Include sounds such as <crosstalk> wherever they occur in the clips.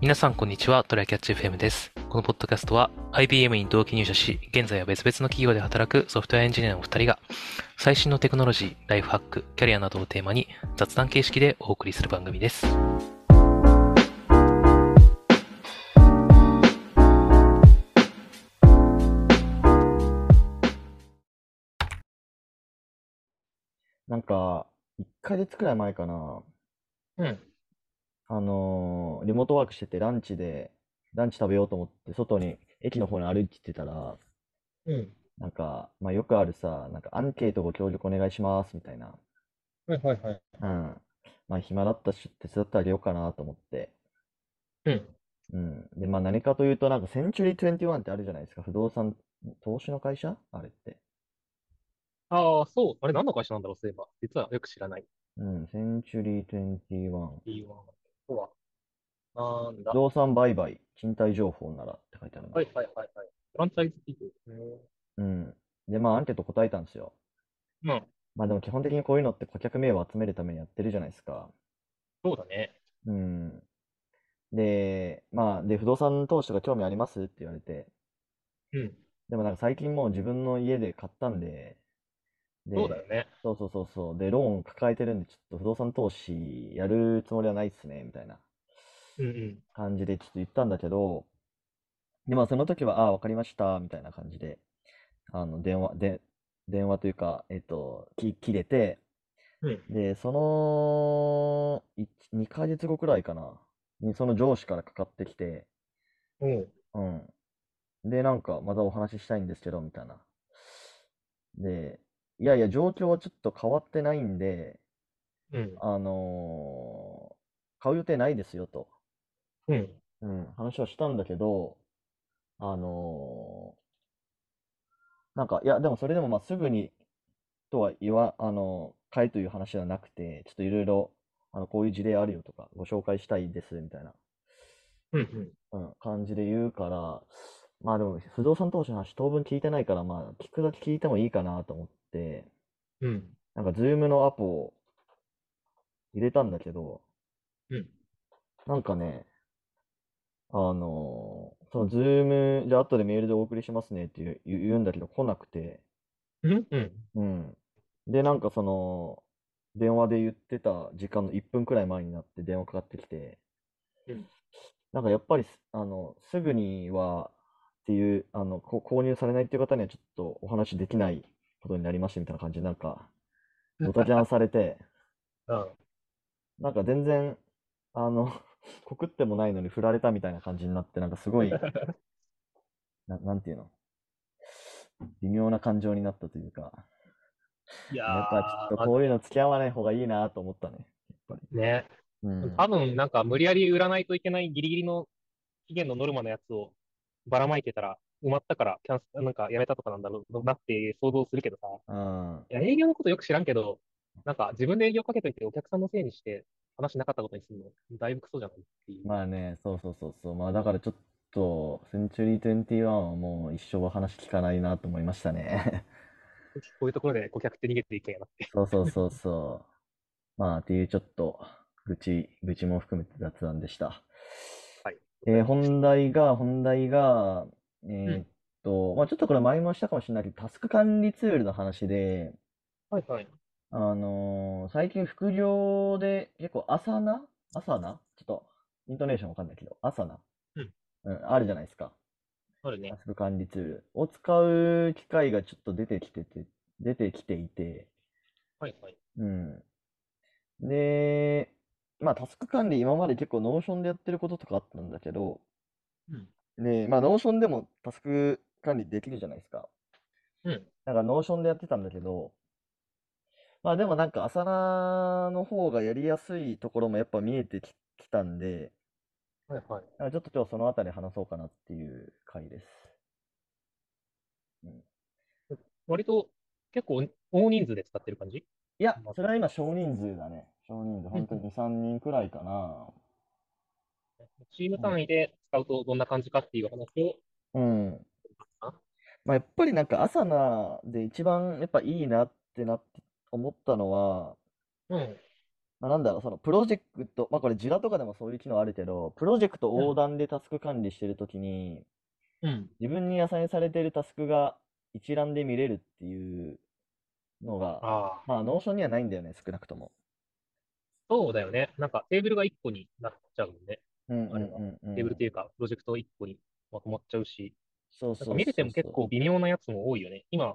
皆さんこんにちは、トライキャッチ FM です。このポッドキャストは IBM に同期入社し、現在は別々の企業で働くソフトウェアエンジニアのお二人が、最新のテクノロジー、ライフハック、キャリアなどをテーマに雑談形式でお送りする番組です。なんか、1ヶ月くらい前かな、うん。あのーリモートワークしてて、ランチで、ランチ食べようと思って、外に、駅の方に歩いてたら、うん。なんか、まあ、よくあるさ、なんか、アンケートご協力お願いします、みたいな。はいはいはい。うん。まあ、暇だったし、手伝ってあげようかなと思って。うん。うん。で、まあ、何かというと、なんか、センチュリー21ってあるじゃないですか。不動産、投資の会社あれって。ああ、そう。あれ何の会社なんだろう、そういえば。実はよく知らない。うん。センチュリー21。 B1 とは。なんだ不動産売買、賃貸情報ならって書いてあるの。はいはいはいはい。フランチャイズ企業ですね。うん。で、まあ、アンケート答えたんですよ。うん。まあでも基本的にこういうのって顧客名を集めるためにやってるじゃないですか。そうだね。うん。で、まあ、で、不動産投資とか興味ありますって言われて、うん。でもなんか最近もう自分の家で買ったんで、そうだで、よね。そうそうそうそう、で、ローン抱えてるんで、ちょっと不動産投資やるつもりはないっすね、みたいなうんうん。感じでちょっと言ったんだけど、で、まあその時は、ああ、わかりました、みたいな感じで、あの、電話、で、電話というか、えっと、き、切れて、うん。で、その、い2ヶ月後くらいかな、にその上司からかかってきて、うん。うん。で、なんか、またお話ししたいんですけど、みたいな。で、いやいや、状況はちょっと変わってないんで、うん。あのー買う予定ないですよ、と、うん。うん、話はしたんだけど、あのーなんか、いや、でもそれでも、まあ、すぐに、とは言わ、あの、買えという話ではなくて、ちょっといろいろ、あの、こういう事例あるよとか、ご紹介したいです、みたいな、うん。うん。うん、感じで言うから、まあでも、不動産投資の話当分聞いてないから、まあ、聞くだけ聞いてもいいかなと思って、うん。なんか、ズームのアプを入れたんだけど、うん。なんかね、あのーそのズーム、じゃあ後でメールでお送りしますねっていう言う言うんだけど来なくて、うん。うん。うん。で、なんかその、電話で言ってた時間の1分くらい前になって電話かかってきてうん、なんかやっぱりす、あの、すぐにはっていう、あの、こ購入されないっていう方にはちょっとお話できないことになりましたみたいな感じで、なんか、ドタキャンされて、うん。なんか全然、あの、 <laughs> 告ってもないのに振られたみたいな感じになって、なんかすご <laughs> い、な、なんていうの微妙な感情になったというか、いやーやっぱちょっとこういうの付き合わない方がいいなと思ったね。ね。うん。多分、なんか無理やり売らないといけないギリギリの期限のノルマのやつをばらまいてたら、埋まったから、キャンス、なんかやめたとかなんだろうなって想像するけどさ。うん。いや、営業のことよく知らんけど、なんか自分で営業かけといてお客さんのせいにして話なかったことにするの、だいぶクソじゃないっていう。まあね、そうそうそうそう。まあだからちょっと、センチュリー21はもう一生話聞かないなと思いましたね。こういうところで顧客って逃げていくんやなって。そうそうそうそう。まあ、っていうちょっと、愚痴、愚痴も含めて雑談でした。はいえー本題が、本題が、えーっと、まあちょっとこれ前もしたかもしれないけど、タスク管理ツールの話で、はいはい。あのー最近副業で結構朝な朝なちょっと、イントネーションわかんないけど、朝なうん。うん、あるじゃないですか。あるタね。スク管理ツールを使う機会がちょっと出てきてて、出てきていて、はいはい。うん。で、まあ、タスク管理、今まで結構ノーションでやってることとかあったんだけど、うん。で、まあ、ノーションでもタスク管理できるじゃないですか。うん。だから、ノーションでやってたんだけど、まあ、でもなんか、アサナの方がやりやすいところもやっぱ見えてき、きたんで、はいはい。なんかちょっと今日そのあたり話そうかなっていう回です。割と結構大人数で使ってる感じいやま、あそれは今少人数だね。少人数、本当に2、3人くらいかな。チーム単位で使うとどんな感じかっていう話を。うん。あまあ、やっぱりなんか朝なで一番やっぱいいなってなって思ったのは、うん。まあなんだろう、そのプロジェクト、まあこれ Jira とかでもそういう機能あるけど、プロジェクト横断でタスク管理してるときに、うん。自分にアサインされてるタスクが一覧で見れるっていうのが、ああ、まあノーションにはないんだよね、少なくとも。そうだよね。なんかテーブルが1個になっちゃうもんね。うんあれはうんうんうんテーブルというか、プロジェクト1個にまとまっちゃうし、そうなんそかう見れてもそう結そう構微妙なやつも多いよね。今、ち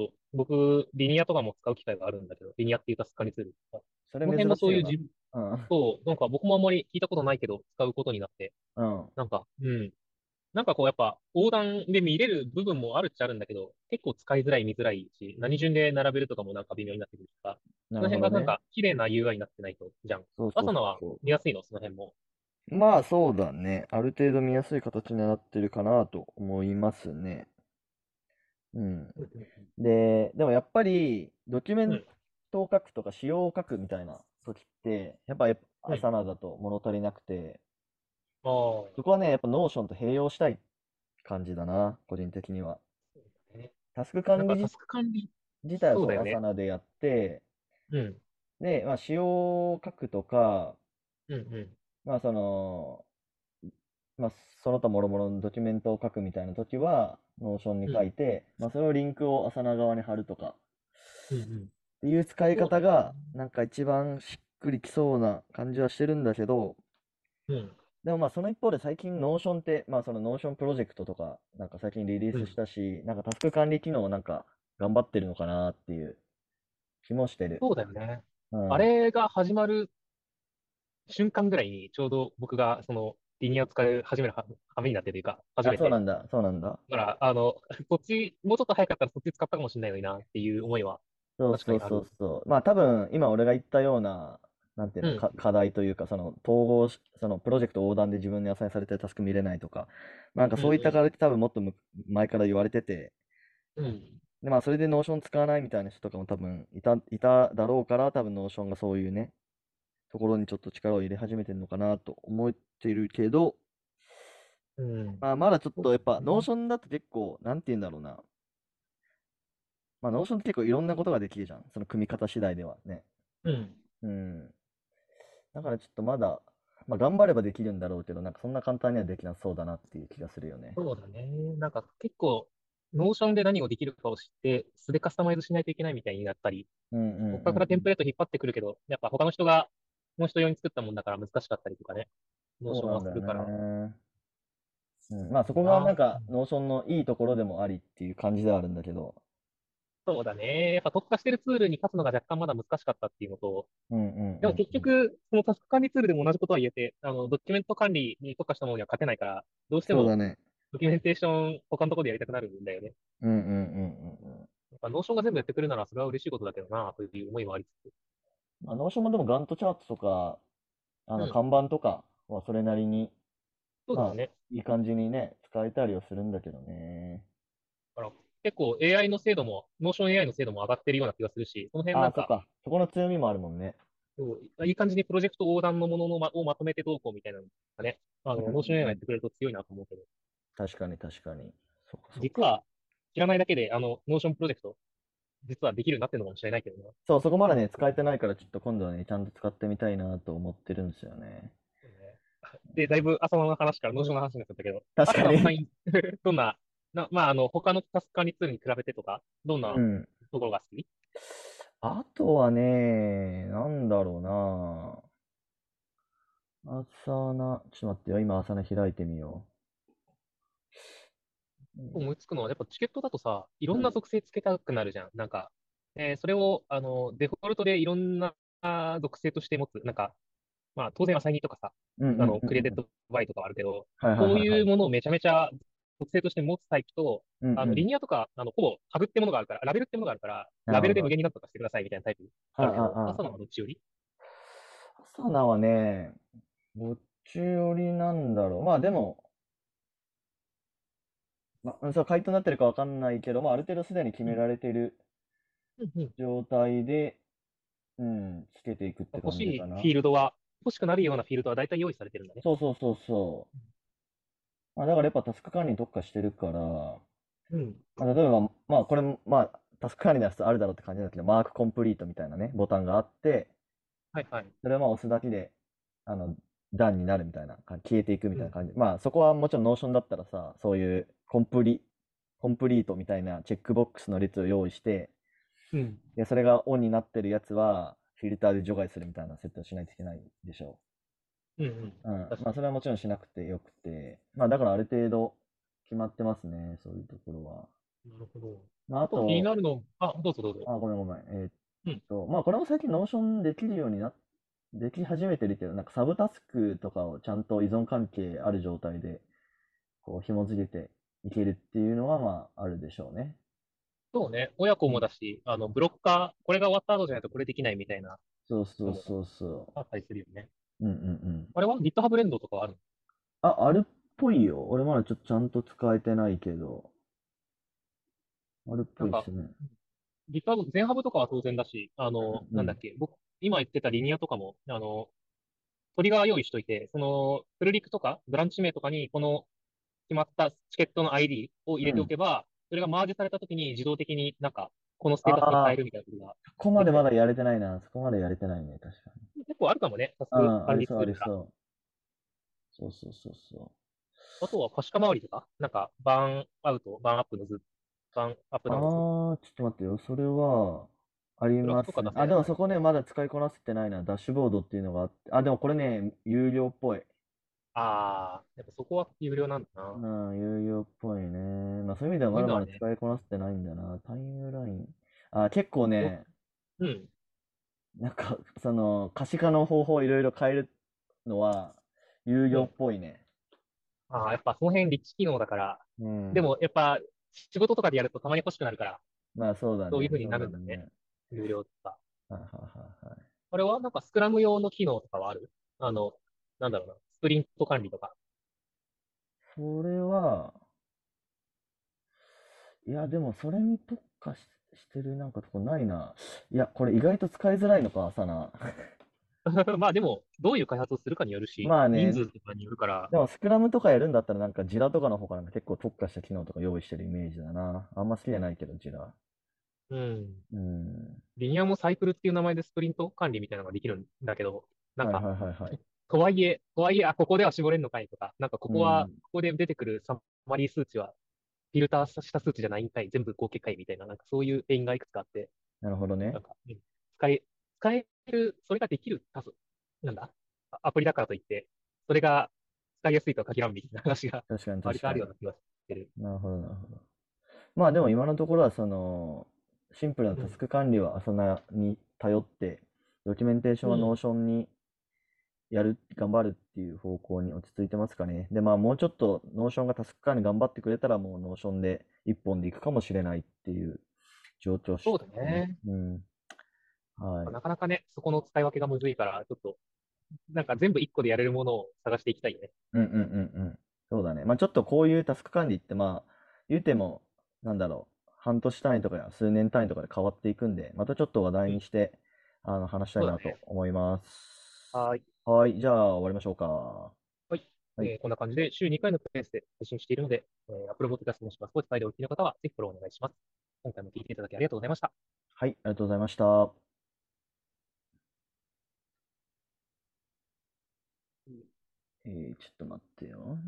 ょっと僕、リニアとかも使う機会があるんだけど、リニアっていうタスク管理ツール。こそれの辺もそういう珍しい自よ分なと、なんか僕もあんまり聞いたことないけど、使うことになって、うんうんなんか、うん。なんかこうやっぱ横断で見れる部分もあるっちゃあるんだけど、結構使いづらい、見づらいし、何順で並べるとかもなんか微妙になってくるから、なそのる辺ほがどなんねか綺麗な UI になってないと、じゃん。そうそう朝のはそう見やすいの、その辺も。まあそうだね。ある程度見やすい形になってるかなと思いますね。うん。で、でもやっぱり、ドキュメントを書くとか、仕様を書くみたいな時って、やっぱはい朝なだと物足りなくて、ああ、そこはね、やっぱノーションと併用したい感じだな、個人的には。タスク管なんか理タスク管理、自体はそうだそよう、ね朝なでやって、うん、で、まあ、仕様を書くとか、うん、うん。まあその、まあその他諸々のドキュメントを書くみたいな時は、ノーションに書いて、まあそれをリンクを朝な側に貼るとかうんうんっていう使い方そうだよが、なんか一番しっくりきそうな感じはしてるんだけど、うんでもまあその一方で最近ノーションって、まあそのノーションプロジェクトとか、なんか最近リリースしたし、なんかタスク管理機能をなんか頑張ってるのかなっていう気もしてる。そうだよね。うんあれが始まる瞬間ぐらいに、ちょうど僕がそのリニアを使い始めるははめになってというか、あ、初めそうて。なんだ、そうなんだ。だから、あの、そっち、もうちょっと早かったらそっち使ったかもしれないのになっていう思いは。そう確かにそうあるそうそう。まあ多分今俺が言ったような、なんていうの、うんか課題というか、その統合し、そのプロジェクト横断で自分にアサインされてるタスク見れないとか、まあなんかそういったうん課題って多分もっとむ前から言われてて、うん。でまあそれでノーション使わないみたいな人とかも多分いた、いただろうから、多分ノーションがそういうね、ところにちょっと力を入れ始めてるのかなと思ってるけど、うん。まあまだちょっとやっそぱうですねノーションだと結構、なんて言うんだろうな。まあノーションって結構いろんなことができるじゃん。その組み方次第ではね。うん。うん。だからちょっとまだ、まあ、頑張ればできるんだろうけど、なんかそんな簡単にはできなそうだなっていう気がするよね。そうだね。なんか結構、ノーションで何をできるかを知って、素でカスタマイズしないといけないみたいになったり、うんうん他からうんうテンんプレート引っ張ってくるけど、やっぱ他の人が、もう人用に作ったもんだから難しかったりとかね。ノーションはそうすなんるだかよら。ね。うん、まあそこがなんかあノーションのいいところでもありっていう感じではあるんだけど。そうだね。やっぱ特化してるツールに勝つのが若干まだ難しかったっていうのと、うんうんうんでも結局、そのタスク管理ツールでも同じことは言えて、あの、ドキュメント管理に特化したものには勝てないから、どうしてそうだもね。ドキュメンテーション他のところでやりたくなるんだよね。うんうんうんうんうん。やっぱノーションが全部やってくれるならそれは嬉しいことだけどな、という思いもありつつ。まあ、ノーションもでもガントチャートとか、あうのん看板とかはそれなりにそうだよね。いい感じにね、使えたりはするんだけどね。結構 AI の精度も、ノーション AI の精度も上がってるような気がするし、その辺あなんあ、そっか、か。そこの強みもあるもんね。そういい感じにプロジェクト横断のもののまをまとめてどうこうみたいなのがね、あの、うんノーション AI がやってくれると強いなと思うけど、確かに確かに。そっかそっか実は知らないだけで、あの、ノーションプロジェクト、実はできるようになってるのかもしれないけどな。そう、そこまだね、使えてないから、ちょっと今度はね、ちゃんと使ってみたいなと思ってるんですよね。で、だいぶ朝の話からノーションの話になっちゃったけど、確かに朝のサイン <laughs> どんな、な、まあ、あの、他のタスク管理ツールに比べてとか、どんなうん。ところが好きあとはね、なんだろうな。朝な、ちょっと待ってよ、今朝な開いてみよう。思いつくのは、やっぱチケットだとさ、いろんな属性つけたくなるじゃん。なんか、えーそれを、あの、デフォルトでいろんなあー属性として持つ、なんか、まあ、当然アサイニーとかさ、うん、うんあうんの、うんクレデットバイとかはあるけど、はいはいこはういいはうい。ものをめちゃめちゃ属性として持つタイプと、うんあの、うんリニアとか、あの、ほぼタグってものがあるから、ラベルってものがあるから、ラベルで無限になんとかしてくださいみたいなタイプあるけあど、ああ朝のはどっちより朝なはね、どっち寄りなんだろう。まあでも、まあ、そう、回答になってるかわかんないけど、まあある程度すでに決められてるうんうん状態で、うん、つけていくって感欲しじいかフな。ィールドは、欲しくなるようなフィールドは大体用意されてるんだね。そうそうそうそう。まあ、だからやっぱタスク管理に特化してるから、まうん。あ、例えば、まあこれも、まあタスク管理のやつあるだろうって感じなんだけど、マークコンプリートみたいなね、ボタンがあって、はいはい。それはまあ押すだけで、あの、段になるみたいな感じ、消えていくみたいな感じ。まあそこはもちろんノーションだったらさ、そういうコンプリ、コンプリートみたいなチェックボックスの列を用意して、うん。で、それがオンになってるやつは、フィルターで除外するみたいなセットをしないといけないでしょうんうん。う。うん。確かまあ、それはもちろんしなくてよくて、まあ、だからある程度決まってますね、そういうところは。なるほど。まあ、ああと気にと、なるの、あ、どうぞどうぞ。あ、ごめんごめん。えーうっんと、まあ、これも最近ノーションできるようにな、でき始めてるけど、なんかサブタスクとかをちゃんと依存関係ある状態で、こう、紐付けていけるっていうのは、まあ、あるでしょうね。そうね。親子もだし、あの、ブロッカー、これが終わった後じゃないとこれできないみたいな、そうそうそうそあったりするよね。う。うんうんうん。あれは GitHub 連動とかはあるのあ、あるっぽいよ。俺まだちょっとちゃんと使えてないけど。あるっぽいっすね。 GitHub、全ハブとかは当然だし、あの、うんなんだっけ、僕、今言ってたリニアとかも、あの、トリガー用意しといて、その、プルリクとか、ブランチ名とかに、この、決まったチケットの ID を入れておけば、それがマージされた時に自動的になんか、このステータスに変えるみたいなことが、そこまでまだやれてないな。そこまでやれてないね。確かに。結構あるかもね、タスクああ、あ管理りツーそう、あルりが。そう。そうそうそうそあとは可視化周りとか、なんか、バーンアウト、バーンアップの図、バーンアップう。ダウンの図。ああ、ちょっと待ってよ。それは、ありブロまグとかすね出せなあ、いでもそこね、まだ使いこなせてないな。ダッシュボードっていうのがあって。あ、でもこれね、有料っぽい。ああ、やっぱそこは有料なんだな。うん、有料っぽいね。まあそういう意味ではまだまだ今はね使いこなせてないんだな。タイムライン。あ、結構ね、うん。なんか、その、可視化の方法をいろいろ変えるのは、有料っぽいね。ああ、やっぱその辺立地機能だから、うん。で、もやっぱ仕事とかでやるとたまに欲しくなるから、まあそうだね。そういう風になるんだそうねだ有料とか。はいはいはいはい。あれはなんかスクラム用の機能とかはあるあの、なんだろうな、スプリント管理とか。 <laughs> それは、いや、でもそれに特化し、してるなんかとこないな。いや、これ意外と使いづらいのか、サ <laughs> ナ。まあでも、どういう開発をするかによるし、まあね人数とかによるから、でも、スクラムとかやるんだったら、なんか、ジラとかの方から結構特化した機能とか用意してるイメージだな。あんま好きじゃないけど、ジラ。うん。うん。リニアもサイクルっていう名前でスプリント管理みたいなのができるんだけど、なんはいか、はいはいはい。とはいえ、とはいえ、あ、ここでは絞れんのかいとか、なんかここは、うんここで出てくるサマリー数値は、フィルターした数値じゃないんかい、全部合計かいみたいな、なんかそういう原因がいくつかあって、なるほどねなん。か、うん使え、使える、それができる数、なんだ、あアプリだからといって、それが使いやすいとは限らんみたいな話が確かに割確とあかるによう。な気がしてる。なるほど、なるほど。まあでも今のところはそのシンプルなタスク管理はアサナに頼って、ドキュメンテーションはうんノーションにやる、頑張るっていう方向に落ち着いてますかね。で、まあもうちょっとノーションがタスク管理頑張ってくれたらもうノーションで一本でいくかもしれないっていう状況そうだですね。うん。はい。なかなかね、そこの使い分けがむずいから、ちょっと、なんか全部一個でやれるものを探していきたいよね。うんうんうんうん。そうだね。まあちょっとこういうタスク管理ってまあ言うてもなんだろう半年単位とかや数年単位とかで変わっていくんでまたちょっと話題にしてあの話したいそうだなとね思います。はーい。はい。じゃあ終わりましょうか。はいえーこんな感じで週2回のペースで配信しているので、えー、Apple Podcast もしくは Spotify でお聞きの方は、ぜひフォローお願いします。今回も聞いていただきありがとうございました。はい。ありがとうございました。えー、ちょっと待ってよ。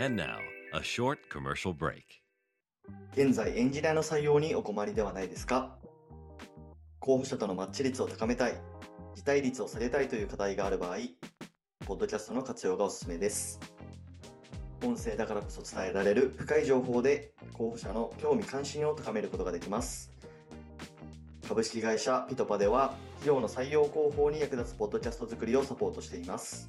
And now, a short commercial break. 現在エンジニアの採用にお困りではないですか候補者とのマッチ率を高めたい辞退率を下げたいという課題がある場合ポッドキャストの活用がおすすめです音声だからこそ伝えられる深い情報で候補者の興味関心を高めることができます株式会社ピトパでは企業の採用広報に役立つポッドキャスト作りをサポートしています